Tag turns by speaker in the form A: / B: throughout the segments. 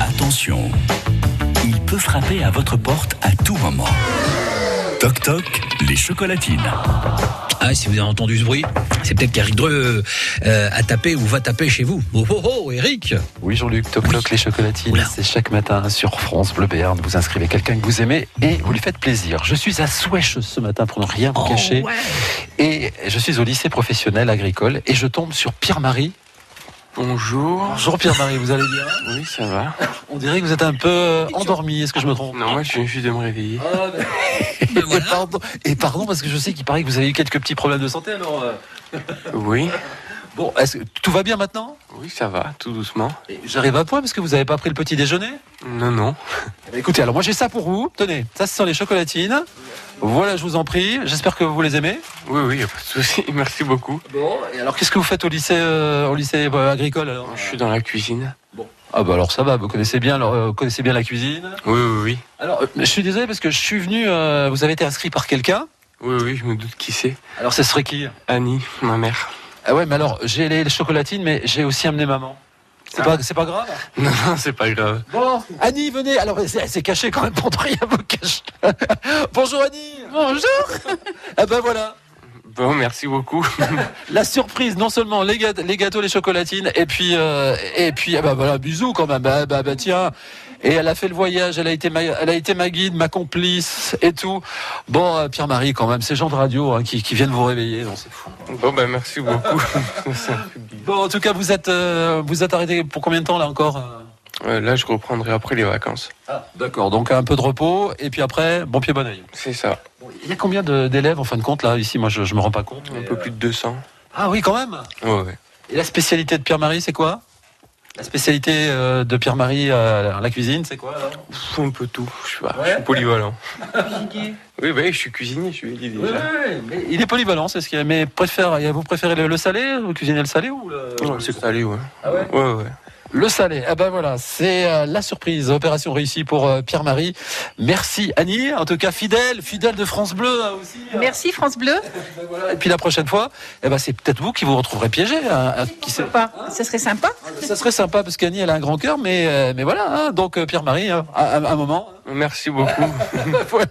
A: Attention, il peut frapper à votre porte à tout moment. Toc toc, les chocolatines.
B: Ah, si vous avez entendu ce bruit, c'est peut-être qu'Eric Dreux euh, a tapé ou va taper chez vous. Oh, oh, oh Eric
C: Oui, Jean-Luc, Toc Toc, les chocolatines,
B: Oula.
C: c'est chaque matin sur France Bleu Béarn. Vous inscrivez quelqu'un que vous aimez et vous lui faites plaisir. Je suis à Souèche ce matin pour ne rien
B: Oh,
C: vous cacher. Et je suis au lycée professionnel agricole et je tombe sur Pierre-Marie.
D: Bonjour.
C: Bonjour Pierre-Marie, vous allez bien
D: Oui, ça va.
C: On dirait que vous êtes un peu euh, endormi, est-ce que je me trompe Ah,
D: Non, moi, je viens juste de me réveiller.
C: Et pardon, et pardon, parce que je sais qu'il paraît que vous avez eu quelques petits problèmes de santé, alors... euh,
D: Oui,
C: Bon, est-ce que tout va bien maintenant
D: oui, ça va, tout doucement.
C: J'arrive à point parce que vous n'avez pas pris le petit déjeuner
D: Non, non.
C: Eh bien, Écoutez, alors moi j'ai ça pour vous. Tenez, ça ce sont les chocolatines. Voilà, je vous en prie. J'espère que vous les aimez.
D: Oui, oui, y a pas de souci. Merci beaucoup.
C: Bon, et alors qu'est-ce que vous faites au lycée, euh, au lycée euh, agricole alors
D: Je suis dans la cuisine.
C: Ah bah alors ça va, vous connaissez bien, alors, euh, vous connaissez bien la cuisine.
D: Oui, oui, oui.
C: Alors, euh, je suis désolé parce que je suis venu, euh, vous avez été inscrit par quelqu'un.
D: Oui, oui, je me doute qui c'est.
C: Alors ce serait qui
D: Annie, ma mère.
C: Ah ouais, mais alors j'ai les chocolatines, mais j'ai aussi amené maman. C'est
D: Ah.
C: pas, c'est pas grave
D: Non, non, c'est pas grave.
C: Bon, Annie, venez. Alors, c'est c'est caché quand même pour ne rien vous cacher. Bonjour Annie. Bonjour. ah ben voilà.
D: Bon, merci beaucoup.
C: La surprise, non seulement les gâteaux, les, gâteaux, les chocolatines, et puis, euh, et puis, ah bah voilà, bisous quand même, bah, bah, bah, tiens. Et elle a fait le voyage, elle a été ma, elle a été ma guide, ma complice et tout. Bon, euh, Pierre-Marie, quand même, ces gens de radio hein, qui, qui viennent vous réveiller, donc c'est fou.
D: Bon, ben, merci beaucoup. C'est un peu bizarre.
C: Bon, en tout cas, vous êtes, euh, vous êtes arrêté pour combien de temps là encore euh Ah,
D: Euh, là, je reprendrai après les vacances.
C: D'accord, donc un peu de repos, et puis après, bon pied, bon oeil.
D: C'est ça.
C: Il y a combien de- d'élèves en fin de compte là ici Moi, je, je me rends pas compte.
D: Un
C: mais,
D: peu
C: euh,
D: plus de 200.
C: Ah oui, quand même.
D: Ouais, ouais.
C: Et la spécialité de Pierre-Marie, c'est quoi La spécialité euh, de Pierre-Marie euh, à la cuisine, c'est quoi alors
D: Pff, un peu tout. Je suis, pas-
C: Ouais.
D: je suis polyvalent. Oui, oui, je suis cuisinier, je lui ai dit
C: Oui,
D: déjà.
C: oui, mais il est polyvalent, c'est ce qu'il y a. Mais préfère, vous préférez le, le salé Vous cuisinez le salé ou le...
D: Ouais, c'est allé, ouais.
C: Ah ouais
D: Ouais, ouais.
C: Le salé, ah ben voilà, c'est euh, la surprise, opération réussie pour euh, Pierre-Marie. Merci Annie, en tout cas fidèle, fidèle de France Bleu hein, aussi. hein.
E: Merci France Bleu.
C: Ben voilà, Et puis la prochaine fois, eh ben, c'est peut-être vous qui vous retrouverez piégé. hein, hein, qui sait.
E: Pas. Ce serait sympa.
C: Ça serait sympa parce qu'Annie, elle a un grand cœur, mais, euh, mais voilà, hein, donc euh, Pierre-Marie, hein, à, à- à un moment.
D: Merci beaucoup.
C: Voilà.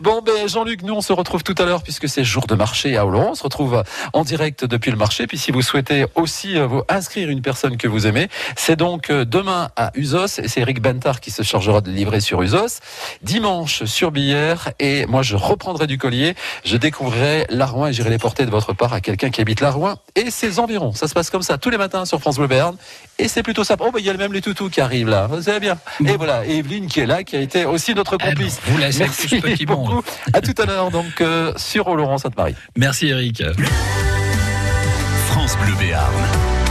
C: Bon, ben, Jean-Luc, nous, on se retrouve tout à l'heure puisque c'est jour de marché à Oloron. On se retrouve en direct depuis le marché. Puis si vous souhaitez aussi euh, vous inscrire une personne que vous aimez, c'est donc euh, demain à Usos et c'est Eric Bantard qui se chargera de livrer sur Usos. Dimanche sur Billère et moi, je reprendrai du collier. Je découvrirai l'Arouin et j'irai les porter de votre part à quelqu'un qui habite l'Arouin et ses environs. Ça se passe comme ça tous les matins sur France Bleu Béarn et c'est plutôt sympa. Oh, ben, il y a même les toutous qui arrivent là. Vous savez bien. Et voilà. Et Evelyne qui est là, qui a été aussi notre
B: Mm. Eh ben,
C: complice.
B: Vous laissez avec tout ce petit monde.
C: beaucoup. À tout à l'heure, donc, euh, sur Laurent Sainte-Marie.
B: Merci Eric.
A: France Bleu Béarn.